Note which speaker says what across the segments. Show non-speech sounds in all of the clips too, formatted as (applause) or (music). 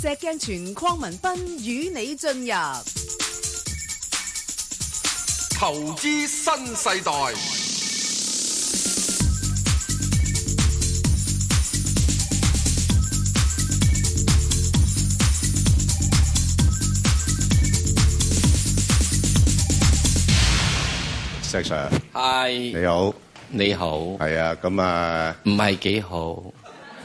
Speaker 1: 石鏡泉鄺民彬與你進入
Speaker 2: 投資新世代。
Speaker 3: 石 Sir，
Speaker 4: 係
Speaker 3: 你好，
Speaker 4: 你好，唔
Speaker 3: 係啊，咁啊
Speaker 4: 係幾好。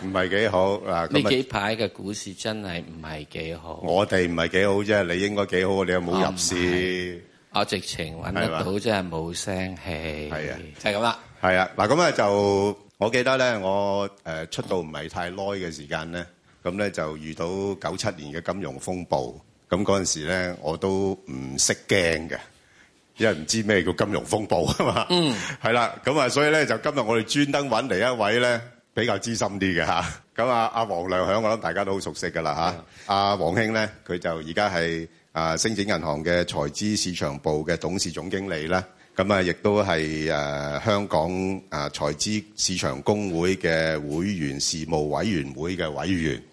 Speaker 3: 唔係幾好嗱，
Speaker 4: 呢
Speaker 3: 咁
Speaker 4: 幾
Speaker 3: 啊
Speaker 4: 排嘅股市真係唔係幾好。
Speaker 3: 我哋唔係幾好啫，你應該幾好，你有冇入市？
Speaker 4: 我直情揾得
Speaker 3: 係
Speaker 4: 到，真係冇聲氣。
Speaker 3: 係啊，
Speaker 4: 就係咁啦。
Speaker 3: 係啊，嗱咁啊就我記得咧，我誒出道唔係太耐嘅時間咧，咁咧就遇到九七年嘅金融風暴，咁嗰陣時咧我都唔識驚嘅。因為唔知咩叫金融風暴啊嘛，嗯，係啦，咁啊，所以咧就今日我哋專登揾嚟一位咧比較資深啲嘅嚇，咁啊，阿黃亮響我諗大家都好熟悉噶啦嚇，阿黃兄咧佢就而家係啊星展銀行嘅財資市場部嘅董事總經理啦，咁啊亦都係誒香港啊財資市場公會嘅會員事務委員會嘅委員。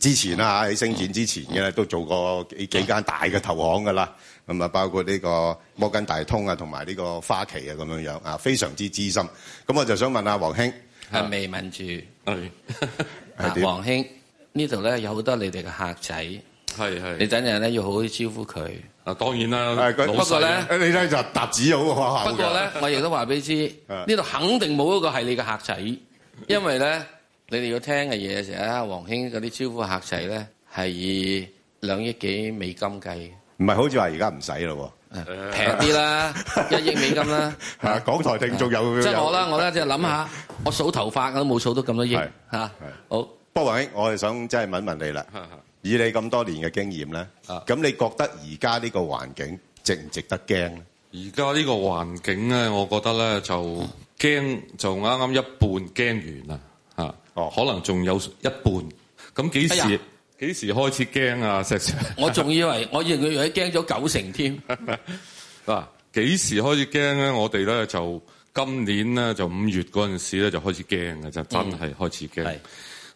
Speaker 3: 之前啦喺升展之前嘅咧，都做過幾幾間大嘅投行噶啦，咁啊包括呢個摩根大通啊，同埋呢個花旗啊咁樣樣啊，非常之資深。咁我就想問下黃兄，
Speaker 4: 係啊未問住。
Speaker 5: 係
Speaker 3: 啊係
Speaker 4: 嗱，
Speaker 3: 點
Speaker 4: 黃兄呢度咧有好多你哋嘅客仔，你
Speaker 5: (laughs) 係係，
Speaker 4: 等陣咧要好好招呼佢。
Speaker 5: 啊當然啦，
Speaker 3: 誒佢
Speaker 5: 老
Speaker 4: 不過
Speaker 5: 細
Speaker 4: 咧
Speaker 5: 咧，
Speaker 3: 誒你咧就搭子好可口
Speaker 4: 不過咧，我亦都話俾你知，
Speaker 3: 啊嗯
Speaker 4: 呢度肯定冇一個係你嘅客仔，因為咧，你哋要聽嘅嘢就係啊，黃兄嗰啲招呼客仔咧係以兩億幾美金計，啊
Speaker 3: 唔係好似話而家唔使咯
Speaker 4: 平啲
Speaker 3: (laughs)
Speaker 4: 啦，一億美金啦。
Speaker 3: 喎， (laughs) 啊港台聽眾有
Speaker 4: 即係我
Speaker 3: 有
Speaker 4: 啦，我咧即係諗下，我數頭髮我都冇數到咁多億
Speaker 3: 係
Speaker 4: 嚇。好，
Speaker 3: 不過黃兄，我係想真係問問你
Speaker 5: 啊
Speaker 3: 啦，以你咁多年嘅經驗咧，咁你覺得而家呢個環境值唔值得驚呢？
Speaker 5: 而家呢個環境咧，我覺得咧就驚就啱啱一半驚完啦嚇，
Speaker 3: 哦
Speaker 5: 可能仲有一半。咁幾
Speaker 4: 哎
Speaker 5: 時
Speaker 4: 呀
Speaker 5: 幾時開始驚啊？石 Sir (laughs)
Speaker 4: 我仲以為我認為佢驚咗九成添，
Speaker 5: 嗱，啊幾時開始驚咧？我哋咧就今年咧就五月嗰陣時咧就開始驚嘅，就真嗯係開始驚
Speaker 4: 係。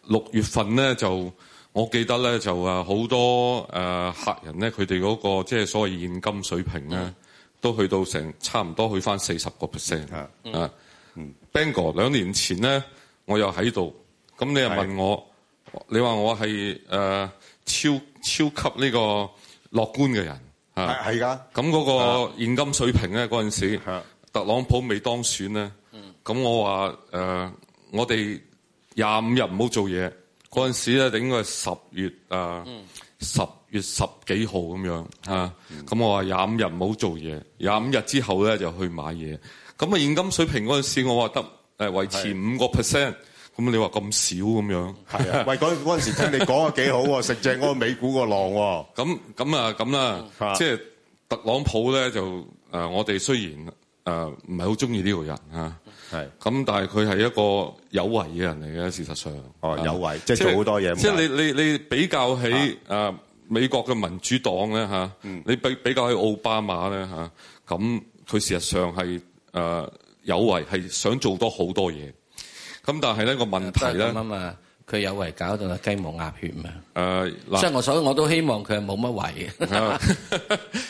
Speaker 5: 六月份咧就我記得咧就啊好多誒、呃客人咧，佢哋嗰個即係所謂現金水平咧，
Speaker 3: 嗯
Speaker 5: 都去到成差唔多去翻四十個 percent
Speaker 3: 啊嗯
Speaker 5: 啊。Bang 哥兩年前咧，我又喺度，咁你又
Speaker 3: 係
Speaker 5: 問我，你話我係誒、呃超超級呢個樂觀嘅人啊
Speaker 3: 係係㗎，
Speaker 5: 咁嗰個現金水平咧，嗰陣時
Speaker 3: 啊
Speaker 5: 特朗普未當選咧，咁我話誒、呃我哋廿五日唔好做嘢。嗰陣時咧，就應該係十月啊，十、月十幾號咁樣啊。咁、我話廿五日唔好做嘢，廿五日之後咧就去買嘢。咁啊現金水平嗰陣時，我話得呃誒維持五個 percent。咁你話咁少咁樣？
Speaker 3: 係啊， (laughs) 喂，嗰嗰陣時聽你講啊幾好喎，食正嗰個美股個浪喎，
Speaker 5: 咁咁啊咁
Speaker 3: 嗯
Speaker 5: 啦，即係特朗普咧就誒、呃我哋雖然誒唔係好中意呢個人嚇，
Speaker 3: 係
Speaker 5: 咁但係佢係一個有為嘅人嚟嘅，事實上。
Speaker 3: 哦
Speaker 5: 啊
Speaker 3: 有為即係做好多嘢
Speaker 5: 即係
Speaker 3: 咁
Speaker 5: 你你你比較起誒、
Speaker 3: 啊
Speaker 5: 呃美國嘅民主黨咧嚇，
Speaker 3: 嗯
Speaker 5: 你比比較起奧巴馬咧嚇，咁佢事實上係誒、呃有為，係想做多好多嘢。咁但係呢個問題咧
Speaker 4: 咁啊嘛，佢有為搞到雞毛鴨血啊嘛，
Speaker 5: 誒啊嗱
Speaker 4: 即。係我所以我都希望佢係冇乜為嘅。
Speaker 5: 啊 (laughs)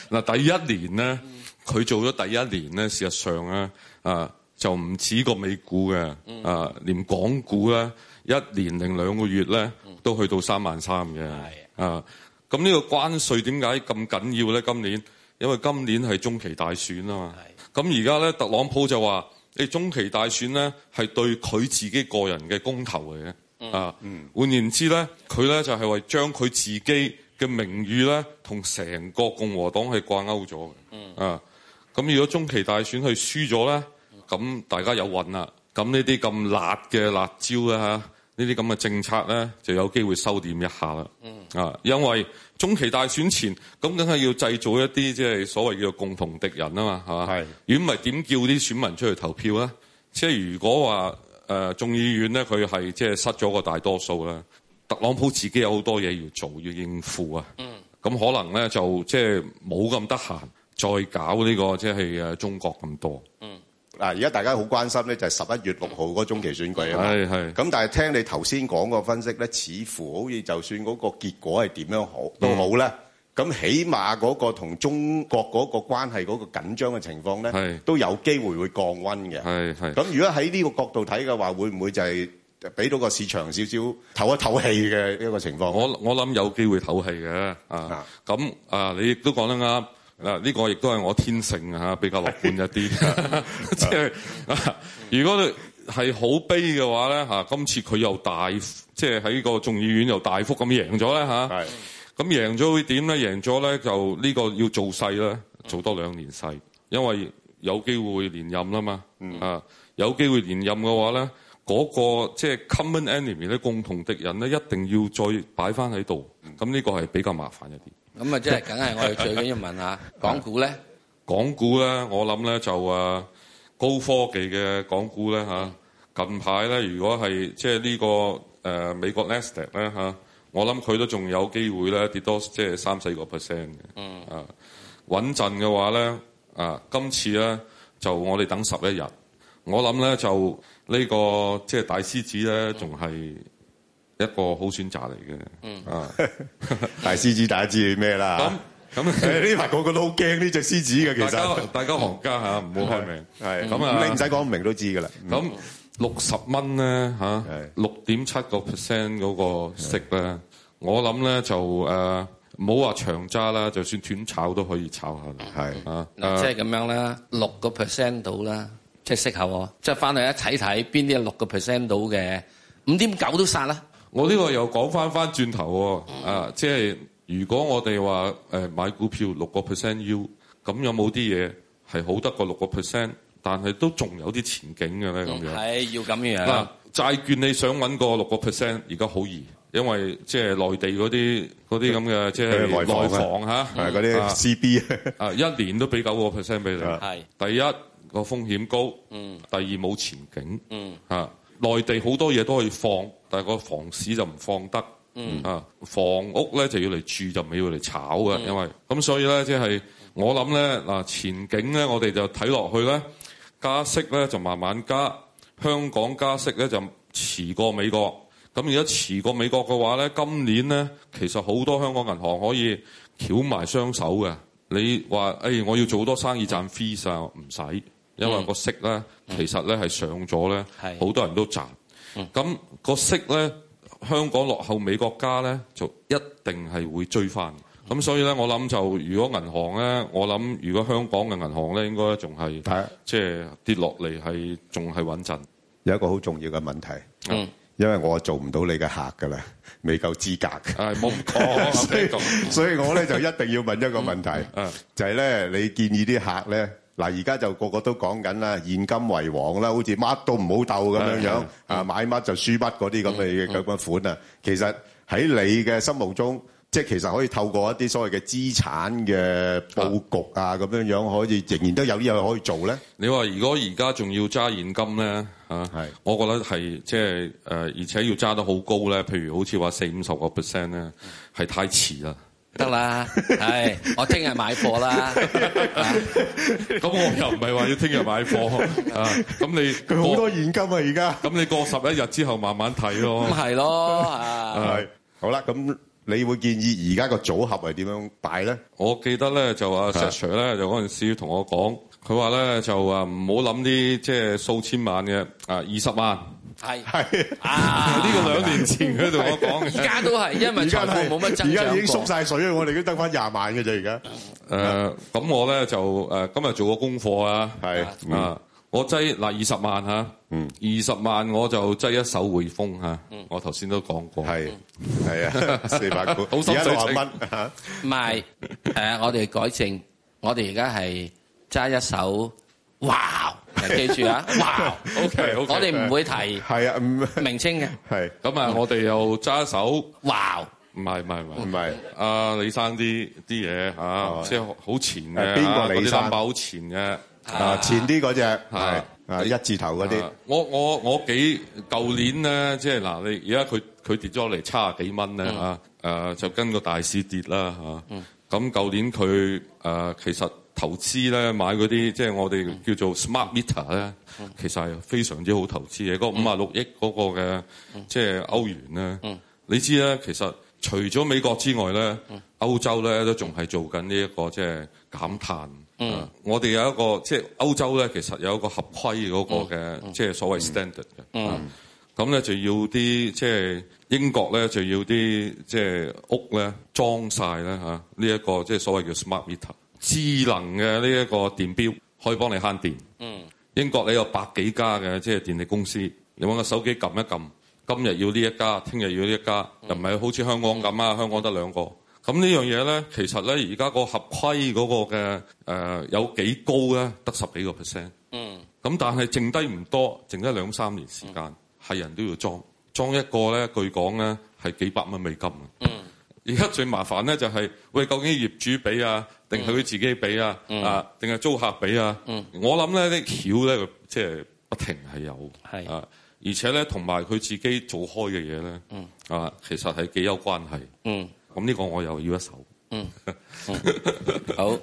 Speaker 5: 嗱，第一年咧，佢做咗第一年咧，事實上咧，啊就唔止個美股嘅，啊連港股咧，一年零兩個月咧，都去到三萬三嘅。啊，咁呢個關稅點解咁緊要咧？今年因為今年係中期大選啊嘛。咁而家咧，特朗普就話：你中期大選咧係對佢自己個人嘅公投嚟嘅。啊，換言之咧，佢咧就係為將佢自己嘅名譽咧同成個共和黨係掛鈎咗嘅。啊，咁如果中期大選佢輸咗咧，咁大家有運啦。咁呢啲咁辣嘅辣椒咧嚇，呢啲咁嘅政策咧就有機會收斂一下啦。啊，因為中期大選前，咁梗係要製造一啲即係所謂叫做共同敵人啊嘛，係嘛？
Speaker 3: 係
Speaker 5: 如果唔係點叫啲選民出去投票咧？即係如果話誒、呃眾議院咧，佢係即係失咗個大多數啦。特朗普自己有好多嘢要做，要應付啊。咁、可能咧呃就即係冇咁得閒，再搞呢、個即係誒中國咁多。
Speaker 3: 嗱，而家大家好關心咧，就係十一月六號嗰中期選舉啊嘛。
Speaker 5: 係係
Speaker 3: 咁但係聽你頭先講個分析咧，似乎好似就算嗰個結果係點樣好都好咧，咁、起碼嗰個同中國嗰個關係嗰個緊張嘅情況咧
Speaker 5: 係，
Speaker 3: 都有機會會降溫嘅。
Speaker 5: 係係
Speaker 3: 咁如果喺呢個角度睇嘅話，會唔會就係俾到個市場少少唞一唞氣嘅一個情況？
Speaker 5: 我我諗有機會唞氣嘅啊
Speaker 3: 啊。
Speaker 5: 咁啊，你亦都講得啱。嗱，呢個亦都係我天性啊，比較樂觀一啲。 (laughs) 即係啊如果你係好悲嘅話咧嚇，今次佢又大，即係喺個眾議院又大幅咁贏咗啊咧嚇。
Speaker 3: 係
Speaker 5: 咁贏咗會點咧？贏咗咧就呢個要做勢啦，做多兩年勢，因為有機會連任啦嘛。啊，有機會連任嘅話咧，嗰、個即係 common enemy 咧，共同敵人咧，一定要再擺翻喺度。咁呢個係比較麻煩一啲。
Speaker 4: 咁啊，即係梗係我哋最緊要問下港股咧，
Speaker 5: 港股咧，我諗咧就啊高科技嘅港股咧嚇，近排咧如果係即係呢個誒、呃美國 n s d a q 咧嚇，我諗佢都仲有機會咧跌多即係三四個 percent 嘅。嗯啊，穩陣嘅話咧啊，今次咧就我哋等十一日，我諗咧就呢、個即係大獅子咧仲係一個好選擇嚟嘅。嗯啊，
Speaker 3: 大獅子大家知咩啦
Speaker 5: 咁？咁。
Speaker 3: 誒呢排個個都好驚呢只獅子嘅， (laughs) 其
Speaker 5: 大家
Speaker 3: 實
Speaker 5: 大家行家嚇，唔好開名。
Speaker 3: 係
Speaker 5: 咁
Speaker 3: 咁
Speaker 5: 啊
Speaker 3: 啊，你唔使講唔明都知㗎啦。
Speaker 5: 咁六十蚊咧嚇
Speaker 3: 嗯係，
Speaker 5: 六點七個 percent 嗰個息咧，我諗咧就誒呃唔好話長揸啦，就算短炒都可以炒下啦。
Speaker 3: 係
Speaker 5: 啊，
Speaker 4: 嗯嗱，
Speaker 5: 誒
Speaker 4: 即係咁樣啦，六個 percent 到啦，即係息口喎，即係翻去一睇睇邊啲係六個 percent 到嘅，五點九都殺啦。
Speaker 5: 我呢個又講翻翻轉頭
Speaker 4: 嗯
Speaker 5: 喎，啊，即係如果我哋話誒買股票六個 percent U，咁有冇啲嘢係好得過六個 percent，但係都仲有啲前景嘅咧咁樣？
Speaker 4: 係要咁樣
Speaker 5: 嗱
Speaker 4: 樣，，
Speaker 3: 啊
Speaker 5: 債券你想揾個六個 percent，而家好易，因為即係內地嗰啲嗰啲咁嘅即係
Speaker 3: 佢內房啊
Speaker 5: 內房嚇，
Speaker 3: 係嗰啲
Speaker 5: 啊
Speaker 3: CB
Speaker 5: 啊一年都俾九個 percent 俾你。
Speaker 3: 啊
Speaker 4: 係
Speaker 5: 第一個風險高，嗯，第二冇前景，嗯，嚇內地好多嘢都可以放，但係個房市就唔放得，嗯啊房屋咧就要嚟住，就唔係要嚟炒嘅，
Speaker 3: 嗯
Speaker 5: 因為咁所以咧即係我諗咧嗱前景咧，我哋就睇落去咧加息咧就慢慢加，香港加息咧就遲過美國。咁而家遲過美國嘅話咧，今年咧其實好多香港銀行可以翹埋雙手嘅。你話誒、哎我要做多生意賺 fees 啊，唔使，因為個息咧其實咧係上咗咧，
Speaker 4: 係
Speaker 5: 好多人都賺。咁、個息咧，香港落後美國家咧，就一定係會追翻。咁所以咧，我諗就如果銀行咧，我諗如果香港嘅銀行咧，應該仲係
Speaker 3: 係
Speaker 5: 即係跌落嚟係仲係穩陣。
Speaker 3: 有一個好重要嘅問題。
Speaker 4: 嗯，
Speaker 3: 因為我做唔到你嘅客㗎啦，未夠資格。
Speaker 5: 唉， (laughs) 冇哦咁講，
Speaker 3: 所
Speaker 5: 啱
Speaker 3: 以
Speaker 5: 啱講
Speaker 3: (laughs) 所以我咧就一定要問一個問題，
Speaker 5: 嗯
Speaker 3: 就係咧你建議啲客咧，嗱而家就個個都講緊啦，現金為王啦，好似乜都唔好鬥咁樣樣，啊買乜就輸乜嗰啲咁嘅咁嘅款啊。其實喺你嘅心目中，即係其實可以透過一啲所謂嘅資產嘅佈局啊，咁樣樣可以仍然都有啲嘢可以做
Speaker 5: (laughs)
Speaker 3: 咧。
Speaker 5: 你話如果而家仲要揸現金咧嚇，
Speaker 3: 係
Speaker 5: 我覺得係即係誒，而且要揸得好高咧，譬如好似話四五十個 percent 咧，係太遲啦。
Speaker 4: 得啦，係我聽日買
Speaker 3: (laughs)
Speaker 4: 貨啦。
Speaker 5: (laughs) 咁我又唔係話要聽日買貨 (laughs) 啊，咁你
Speaker 3: 佢好
Speaker 5: 過
Speaker 3: 多現金啊，而家。
Speaker 5: 咁你過十一日之後慢慢睇 (laughs) 咯
Speaker 4: 咁。係咯，啊，
Speaker 3: 係好啦，咁你會建議而家個組合係點樣擺咧？
Speaker 5: 我記得咧就阿石 Sir 咧就嗰陣時同我講，佢話咧就話唔好諗啲即係數千萬嘅啊二十 (laughs) 萬，
Speaker 4: 係
Speaker 3: 係
Speaker 4: 啊，
Speaker 5: 呢個兩年前佢同我講 (laughs)
Speaker 4: 而
Speaker 5: 嘅。
Speaker 4: 家都係，因為
Speaker 3: 而
Speaker 4: 財
Speaker 3: 家係
Speaker 4: 富冇乜增
Speaker 3: 而家已經
Speaker 4: 長
Speaker 3: 縮
Speaker 4: 過。
Speaker 3: 晒水啊！我哋都得翻廿萬嘅啫，而家
Speaker 5: 誒咁我咧就誒今日做個功課啊。
Speaker 3: 係
Speaker 5: 啊！我擠嗱二十萬嚇，
Speaker 3: 嗯
Speaker 5: 二十萬我就擠一手匯豐嚇，我頭先都講過。
Speaker 3: 係係
Speaker 4: (laughs)
Speaker 3: 啊，四百股，
Speaker 5: 好
Speaker 3: 而
Speaker 5: 心水
Speaker 3: 家六啊蚊嚇，
Speaker 4: 唔係，誒，我哋改正，我哋而家係揸一手，
Speaker 3: (laughs)
Speaker 4: 哇！記住啊，哇！
Speaker 5: OK
Speaker 4: 我哋唔會提
Speaker 3: 係啊，唔
Speaker 4: 名稱嘅，
Speaker 3: 係
Speaker 5: 咁啊，我哋又揸手，唔
Speaker 4: 哇！
Speaker 5: 係唔係唔
Speaker 3: 唔
Speaker 5: 係，
Speaker 3: 係
Speaker 5: 阿李生啲啲嘢嚇，即係好前嘅，
Speaker 3: 哦
Speaker 5: 啊
Speaker 3: 係邊個李
Speaker 5: 嗰啲
Speaker 3: 生
Speaker 5: number 好前嘅。
Speaker 3: 啊？前啲嗰只係啊一字頭嗰啲
Speaker 5: 啊我我我幾舊年咧，即係嗱，你而家佢佢跌咗嚟差幾蚊啊咧啊嚇，誒就跟個大市跌啦嚇。咁舊年佢誒其實投資咧買嗰啲即係我哋叫做 smart meter 咧，其實係非常之好投資嘅。嗰五啊六億嗰個嘅即係歐元咧，你知咧其實除咗美國之外咧，歐洲咧都仲係做緊呢一個即係減碳。啊我哋有一個即係歐洲咧，其實有一個合規嗰個嘅即係所謂 standard 嘅。啊咁咧就要啲即係英國咧就要啲即係屋咧裝晒咧嚇呢一個即係所謂叫 smart meter 智能嘅呢一個電表可以幫你慳電。嗯，英國你有百幾家嘅即係電力公司，你揾個手機撳一撳，今日要呢一家，聽日要呢一家，又唔係好似香港咁啊，香港得兩個。咁呢樣嘢咧，其實咧而家個合規嗰個嘅誒、呃有幾高咧，得十幾個 percent。咁但係剩低唔多，剩低兩三年時間，係、人都要裝裝一個咧。據講咧係幾百蚊美金嘅。而家最麻煩咧就係、喂，究竟業主俾啊，定係佢自己俾啊，啊，定係租客俾啊？我諗咧啲橋咧，即係不停係有，
Speaker 4: 係
Speaker 5: 啊，而且咧同埋佢自己做開嘅嘢咧，啊，其實係幾有關係。
Speaker 4: 嗯
Speaker 5: 咁呢個我又要一手。 (laughs)
Speaker 4: 好，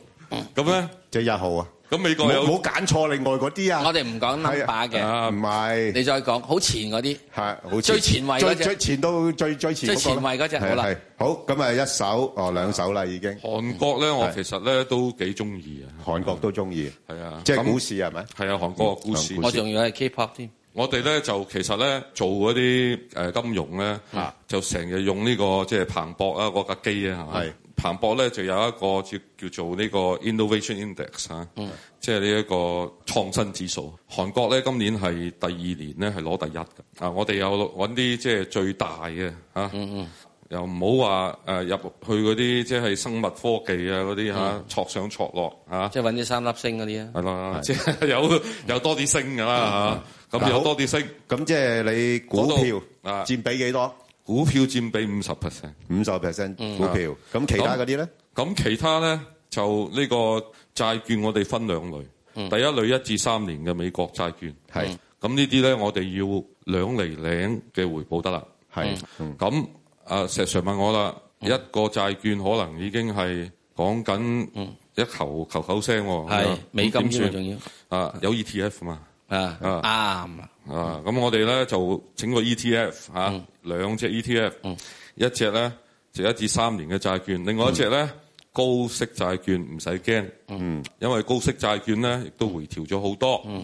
Speaker 5: 咁咧，
Speaker 3: 即係一號啊，
Speaker 5: 咁美
Speaker 3: 唔
Speaker 5: 國
Speaker 3: 好唔好
Speaker 5: 有
Speaker 3: 揀錯另外嗰啲啊，
Speaker 4: 我哋唔講 number 嘅，
Speaker 5: 啊
Speaker 3: 唔係。
Speaker 4: 你再講好前嗰啲，
Speaker 3: 係，好似
Speaker 4: 最前衞嗰
Speaker 3: 最
Speaker 4: 隻
Speaker 3: 最前到最最前
Speaker 4: 最前衞嗰隻
Speaker 3: 係啊
Speaker 4: 好啦
Speaker 3: 係好咁啊，一手哦兩手啦已經，
Speaker 5: 韓國咧，我
Speaker 3: 係
Speaker 5: 其實咧都幾中意啊。
Speaker 3: 韓國都中意，
Speaker 5: 係啊，
Speaker 3: 即係
Speaker 5: 咁
Speaker 3: 股市係咪？
Speaker 5: 係啊，韓國嘅股市
Speaker 3: 嗯。
Speaker 4: 我仲要係 K-pop 添。
Speaker 5: 我哋咧就其實咧做嗰啲誒金融咧，
Speaker 3: 啊
Speaker 5: 就成日用呢、個即係彭博啊嗰架機啊，係
Speaker 3: 係
Speaker 5: 嘛？彭博咧就有一個叫叫做呢個 innovation index 啊，
Speaker 3: 嗯
Speaker 5: 即係呢一個創新指數。韓國咧今年係第二年咧係攞第一嘅。啊，我哋有揾啲即係最大嘅嚇。啊
Speaker 3: 嗯
Speaker 5: 又唔好話誒入去嗰啲即係生物科技啊嗰啲
Speaker 3: 嗯
Speaker 5: 嚇，戳上戳落嚇，啊
Speaker 4: 即係揾啲三粒星嗰啲啊。
Speaker 5: 係啦，即係 (laughs) 有有多啲升㗎
Speaker 4: 嗯
Speaker 5: 啦嚇，咁
Speaker 3: 嗱
Speaker 5: 有
Speaker 3: 好
Speaker 5: 多啲升。
Speaker 3: 咁即係你股
Speaker 5: 嗰度
Speaker 3: 票
Speaker 5: 啊
Speaker 3: 佔比幾多？
Speaker 5: 股票佔比五十 percent，
Speaker 3: 五十 percent 股票，咁其他嗰啲咧？
Speaker 5: 咁其他咧就呢個債券我哋分兩類，
Speaker 4: 嗯
Speaker 5: 第一類一至三年嘅美國債券，
Speaker 3: 係
Speaker 5: 咁呢啲咧我哋要兩厘零嘅回報得啦。
Speaker 3: 係
Speaker 4: 嗯
Speaker 5: 咁啊石 Sir 問我啦，一個債券可能已經係講緊一球球球聲喎，咁
Speaker 4: 嗯係
Speaker 5: 樣
Speaker 4: 美金
Speaker 5: 咁
Speaker 4: 添啊，
Speaker 5: 點
Speaker 4: 仲
Speaker 5: 算
Speaker 4: 要
Speaker 5: 啊有 ETF 嘛？
Speaker 4: 啊啱啊，
Speaker 5: 啊，咁我哋咧就整個 E ETF 嚇、啊兩隻 ETF，、一隻咧就一至三年嘅債券，另外一隻咧、高息債券唔使驚，嗯，因為高息債券咧亦都回調咗好多，嗯，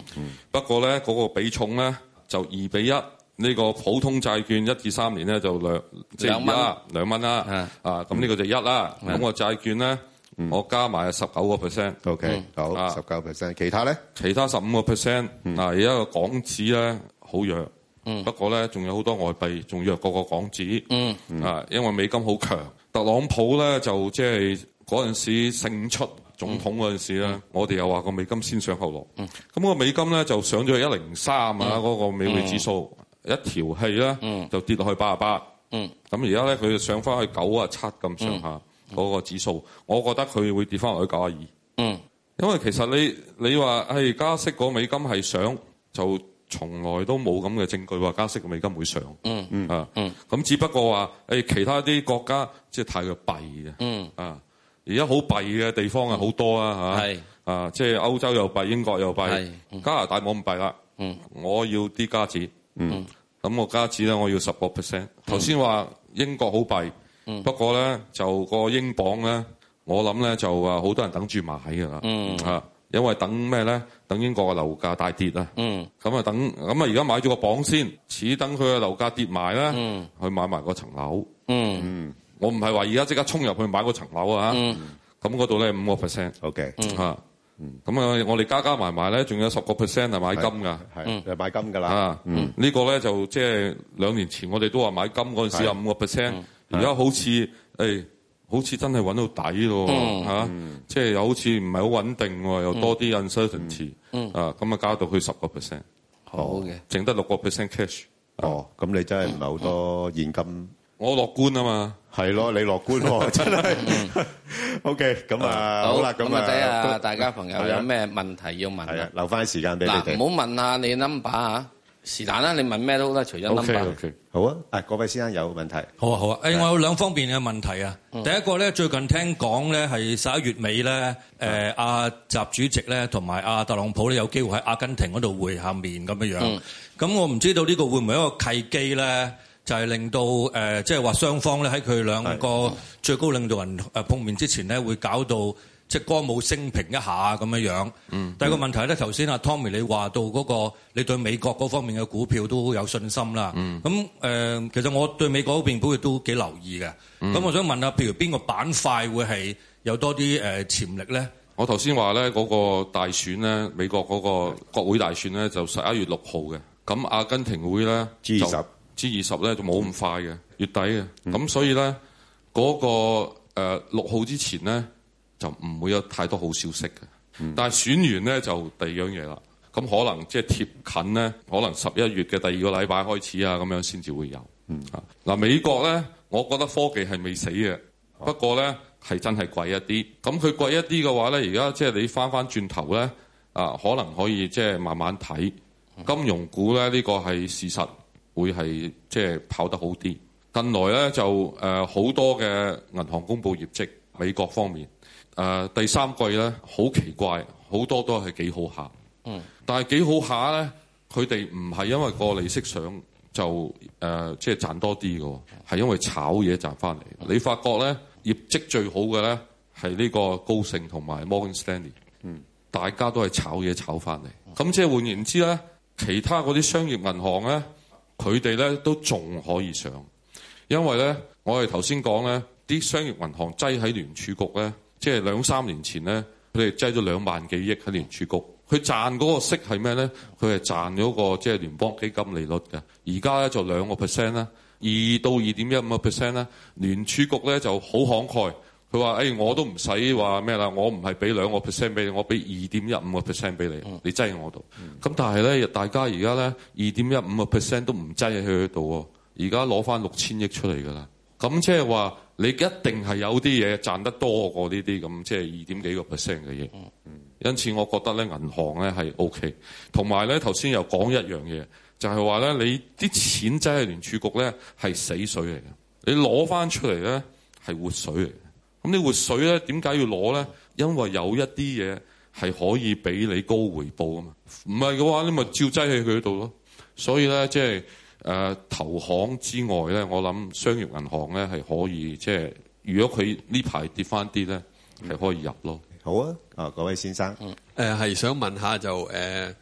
Speaker 5: 不過咧嗰、個比重咧就二比一。呢個普通債券一至三年咧就兩即係
Speaker 4: 兩
Speaker 5: 而
Speaker 4: 蚊
Speaker 5: 家兩蚊啦，啊嗯咁呢個就一啦，咁個債券咧我加埋十九個 percent。
Speaker 3: OK 好
Speaker 5: 啊
Speaker 3: 十九 percent，其他咧
Speaker 5: 其他十五個 percent 嗱，而家個港紙咧好弱，不過咧仲有好多外幣仲弱過個港紙，啊，因為美金好強，特朗普咧就即係嗰陣時勝出總統嗰陣時咧，我哋又話個美金先上後落，咁個美金咧就上咗去一零三啊，嗰個美匯指數一條氣咧就跌落去八啊八，咁而家咧佢就上翻去九啊七咁上下嗰個指數，我覺得佢會跌翻落去九啊二。因為其實你你話係加息個美金係上，就從來都冇咁嘅證據話加息個美金會上。嗯嗯啊咁只不過話誒其他啲國家即係太過弊嘅。嗯啊，而家好弊嘅地方係好多啊嚇。
Speaker 4: 係
Speaker 5: 啊，即係歐洲又弊，英國又弊
Speaker 4: 係，
Speaker 5: 加拿大冇咁弊啦。嗯，我要啲加紙。嗯，咁我加紙咧，我要十個 percent。頭先話英國好弊，不過咧就個英鎊咧，我諗咧就啊好多人等住買㗎啦。嗯，啊，因為等咩咧？等英國嘅樓價大跌啊。嗯，咁啊等，咁啊而家買咗個鎊先，似等佢嘅樓價跌埋咧，去買埋嗰層樓。
Speaker 4: 嗯
Speaker 5: 我唔係話而家即刻衝入去買嗰層樓啊。咁嗰度咧五個 percent。
Speaker 3: OK
Speaker 5: 啊，咁啊，我哋加加埋埋咧，仲有十個 percent 係買金㗎。
Speaker 3: 係就買金㗎啦，
Speaker 5: 啊，呢個咧就即係兩年前我哋都話買金嗰陣時有五個 percent，而家好似誒，好似真係揾到底咯嚇，即係又好似唔係好穩定喎，又多啲 uncertainty，啊，咁啊加到去十個 percent，
Speaker 4: 好嘅，
Speaker 5: 剩得六個 percent cash，
Speaker 3: 哦咁你真係唔係好多現金。
Speaker 5: 我樂觀啊嘛，
Speaker 3: 係咯，你樂觀喎，真 (laughs) 係。O K，咁啊，好啦，咁
Speaker 4: 啊，睇下
Speaker 3: 啊，
Speaker 4: 大家朋友有咩問題要問
Speaker 3: 係啊
Speaker 4: 啊，
Speaker 3: 留翻時間俾你
Speaker 4: 嗱，
Speaker 3: 哋。
Speaker 4: 唔好問下你 number 啊，是但啦，你問咩都好啦，除咗
Speaker 5: OK
Speaker 4: number。
Speaker 5: OK，
Speaker 3: 好啊，啊，各位先生有問題，
Speaker 6: 好啊，好啊。誒、我有兩方面嘅問題啊。第一個咧，最近聽講咧係十一月尾咧，誒阿習主席咧同埋阿特朗普咧有機會喺阿根廷嗰度會下面咁樣樣。咁、我唔知道呢個會唔會一個契機咧，就係、令到誒、即係話雙方咧喺佢兩個最高領導人誒碰面之前咧，會搞到。即係歌舞升平一下咁樣樣。嗯、第二個問題咧，頭先阿 Tommy 你話到嗰、個，你對美國嗰方面嘅股票都有信心啦。咁誒、呃其實我對美國嗰邊股票都幾留意嘅。咁、我想問下，譬如邊個板塊會係有多啲誒、呃、潛力咧？
Speaker 5: 我頭先話咧嗰個大選咧，美國嗰個國會大選咧就十一月六號嘅，咁阿根廷會咧
Speaker 3: G20
Speaker 5: G 二十咧就冇咁快嘅，月底嘅，咁、所以咧嗰、個呃六、號之前咧就唔會有太多好消息嘅，但係選完咧就第二樣嘢啦，咁可能即係貼近咧，可能十一月嘅第二個禮拜開始啊，咁樣先至會有。啊嗱、美國咧，我覺得科技係未死嘅，不過咧係真係貴一啲。咁佢貴一啲嘅話咧，而家即係你翻翻轉頭咧，啊可能可以即係慢慢睇金融股咧，呢、個係事實會係即係跑得好啲。近來咧就誒好、多嘅銀行公布業績，美國方面誒、呃第三季咧好奇怪，好多都係幾好下。但係幾好下咧，佢哋唔係因為個利息上就誒、呃即係賺多啲嘅喎，係因為炒嘢賺翻嚟。你發覺咧業績最好嘅咧係呢個高盛同埋 Morgan Stanley，大家都係炒嘢炒翻嚟。咁即係換言之咧，其他嗰啲商業銀行咧，佢哋咧都仲可以上，因為咧我哋頭先講咧，啲商業銀行擠喺聯儲局咧，即係兩三年前咧，佢哋擠咗兩萬幾億喺聯儲局。佢賺嗰個息係咩咧？佢係賺咗個即係聯邦基金利率嘅，而家咧就兩個 percent 啦，二到二點一五個 percent 啦。聯儲局咧就好慷慨，佢話：，誒、哎我都唔使話咩啦，我唔係俾兩個 percent 俾你，我俾二點一五個 percent 俾你，你擠我度。咁、但係咧，大家而家咧二點一五個 percent 都唔擠喺佢度喎，而家攞翻六千億出嚟㗎啦。咁即係話你一定係有啲嘢賺得多過呢啲咁，即係二點幾個 percent 嘅嘢。嗯因此我覺得咧銀行咧係 O K，同埋咧頭先又講一樣嘢，就係話咧你啲錢真係聯儲局咧係死水嚟嘅，你攞翻出嚟咧係活水嚟嘅。咁你活水咧點解要攞咧？因為有一啲嘢係可以俾你高回報啊嘛，唔係嘅話你咪照擠喺佢度咯。所以咧即係誒投行之外咧，我諗商業銀行咧係可以即係，如果佢呢排跌翻啲咧係可以入咯。
Speaker 3: 好啊，啊，各位先生，
Speaker 7: 誒呃係想問下就誒啱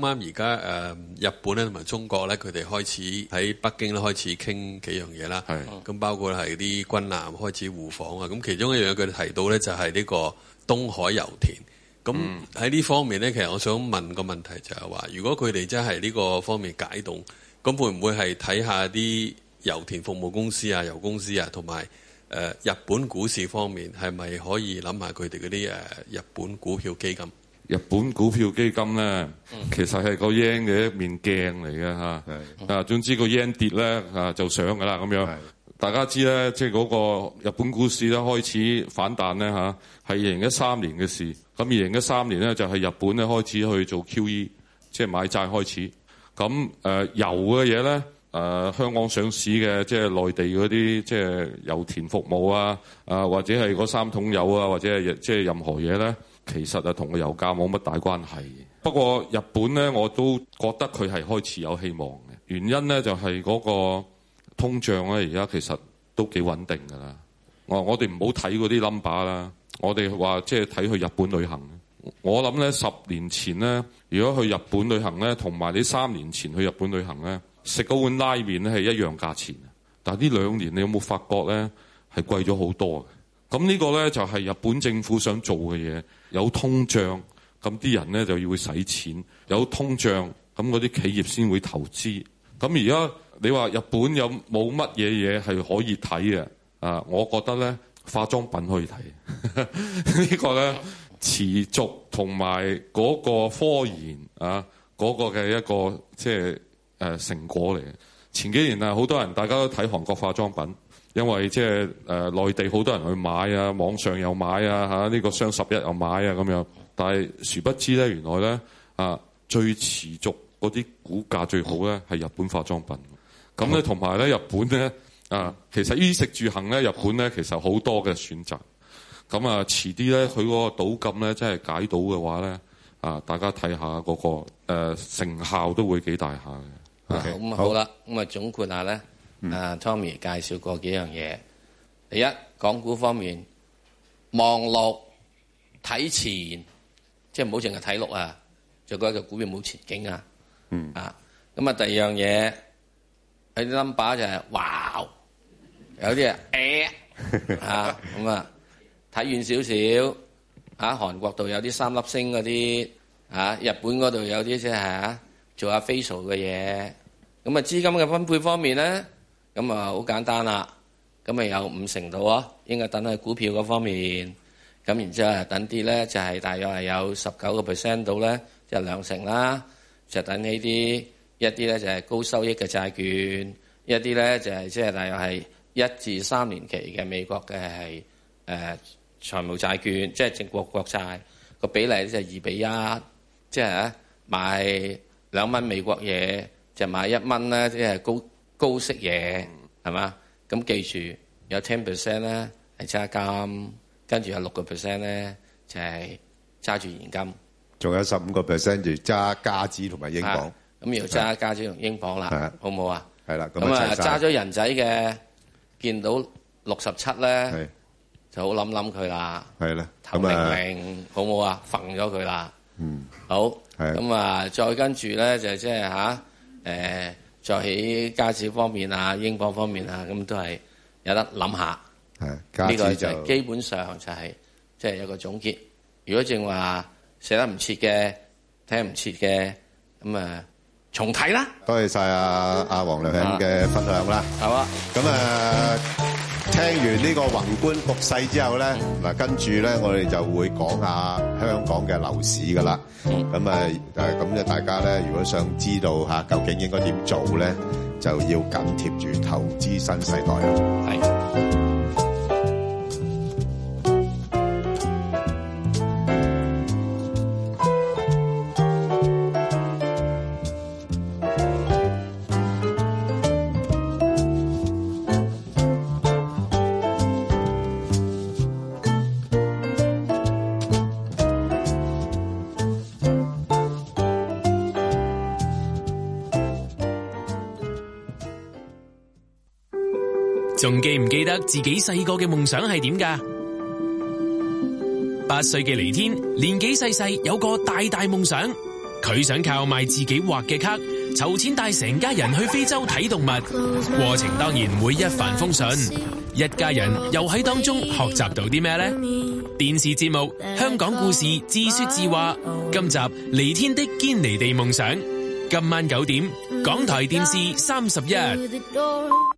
Speaker 7: 啱而家呃誒日本咧同埋中國咧，佢哋開始喺北京咧開始傾幾樣嘢啦。
Speaker 5: 係
Speaker 7: 咁包括係啲軍艦開始互訪啊。咁其中一樣佢哋提到咧就係呢個東海油田。咁喺呢方面咧，其實我想問個問題就係話，如果佢哋真係呢個方面解凍，咁會唔會係睇下啲油田服務公司啊、油公司啊，同埋誒日本股市方面係咪可以諗下佢哋嗰啲誒呃日本股票基金？
Speaker 5: 日本股票基金咧，其實係個 yen 嘅一面鏡嚟嘅嚇。啊，總之個 yen 跌咧啊就上㗎啦咁樣
Speaker 3: 係。
Speaker 5: 大家知咧，即係嗰個日本股市咧開始反彈咧嚇，係二零一三年嘅事。咁二零一三年咧就係日本咧開始去做 QE，即係買債開始。咁誒、呃油嘅嘢咧，誒、呃香港上市嘅即係內地嗰啲即係油田服務啊，啊、或者係嗰三桶油啊，或者係即係任何嘢咧，其實啊同個油價冇乜大關係。不過日本咧，我都覺得佢係開始有希望嘅，原因咧就係嗰個通脹咧，而家其實都幾穩定㗎啦。我我哋唔好睇嗰啲 number 啦，我哋話即係睇去日本旅行。我諗咧，十年前咧，如果去日本旅行咧，同埋你三年前去日本旅行咧，食嗰碗拉麵咧係一樣價錢，啊但係呢兩年你有冇發覺咧係貴咗好多啊嘅？咁呢個咧就係日本政府想做嘅嘢，有通脹，咁啲人咧就要會使錢，有通脹，咁嗰啲企業先會投資。咁而家你話日本有冇乜嘢嘢係可以睇嘅？啊，我覺得咧化妝品可以睇， (laughs) 呢個咧持續同埋嗰個科研啊嗰、個嘅一個即係誒成果嚟嘅。前幾年啊，好多人大家都睇韓國化妝品。因為即係誒內地好多人去買啊，網上又買啊，嚇、呢個雙十一又買啊咁樣。但係殊不知咧，原來咧啊最持續嗰嗰啲股價最好咧係日本化妝品。咁咧同埋咧日本咧啊，其實衣食住行咧日本咧其實好多嘅選擇。咁啊，遲啲咧佢嗰個賭禁咧真係解到嘅話咧啊，大家睇下嗰、個、呃、成效都會幾大下嘅。
Speaker 4: 啊咁啊好啦，咁啊總括下咧，啊 Tommy 介紹過幾樣嘢。第一，港股方面，望落睇前，即係唔好淨係睇落啊，就覺得個股票冇前景啊。嗯。啊，咁啊第二樣嘢，有啲 number 就係哇，有啲啊誒啊咁啊，睇遠少少。啊，韓國度有啲三粒星嗰啲，啊，日本嗰度有啲即係啊做下 facial 嘅嘢。咁啊，資金嘅分配方面咧，咁啊好簡單啦。咁啊有五成度啊，應該等喺股票嗰方面。咁然之後等啲咧就係、大約係有十九個 percent 度咧，即係兩成啦，就等呢啲一啲咧就係高收益嘅債券，一啲咧就係即係大約係一至三年期嘅美國嘅係誒。呃財務債券，即係正國國債個比例就係二比一，即係啊買兩蚊美國嘢就買一蚊咧，即係高高息嘢
Speaker 3: 嗯
Speaker 4: 係嘛？咁記住有 ten percent 咧係揸金，跟住有六個 percent 咧就係揸住現金。
Speaker 3: 仲有十五個 percent 就揸加資同埋英鎊
Speaker 4: 啊，咁要揸加咗用英鎊啦
Speaker 3: 係，
Speaker 4: 好唔好啊？
Speaker 3: 係啦，
Speaker 4: 咁
Speaker 3: 咁
Speaker 4: 啊
Speaker 3: 啊
Speaker 4: 揸
Speaker 3: 揸
Speaker 4: 咗人仔嘅，見到六十七咧
Speaker 3: 係
Speaker 4: 就好諗諗佢啦。
Speaker 3: 係啦，
Speaker 4: 頭
Speaker 3: 咁
Speaker 4: 零
Speaker 3: 啊
Speaker 4: 零好冇啊？揈咗佢啦。嗯。好。
Speaker 3: 係
Speaker 4: 咁啊，再跟住咧就即係嚇誒，再喺加紙方面啊、英鎊方面啊，咁都係有得諗下。
Speaker 3: 係加
Speaker 4: 呢個
Speaker 3: 資
Speaker 4: 就
Speaker 3: 就
Speaker 4: 係基本上就係即係有個總結。如果正話寫得唔切嘅、聽唔切嘅，咁啊重睇啦，
Speaker 3: 多謝晒啊
Speaker 4: 啊
Speaker 3: 阿阿黃良響嘅分享啦。
Speaker 4: 係嘛？
Speaker 3: 咁啊，聽完呢個宏觀局勢之後咧，
Speaker 4: 嗯
Speaker 3: 嗱跟住咧，我哋就會講下香港嘅樓市噶啦。
Speaker 4: 嗯
Speaker 3: 咁啊誒，咁就大家咧，如果想知道嚇究竟應該點做咧，就要緊貼住投資新世代啊啦。
Speaker 4: 係。
Speaker 8: 仲記唔記得自己細個嘅夢想係點㗎？八歲嘅黎天年紀細細，有個大大夢想，佢想靠賣自己畫嘅卡籌錢帶成家人去非洲睇動物。過程當然會一帆風順，一家人又喺當中學習到啲咩呢？電視節目《香港故事自說自話》，今集黎天的堅尼地夢想，今晚九點，港台電視三十一。
Speaker 9: through the door.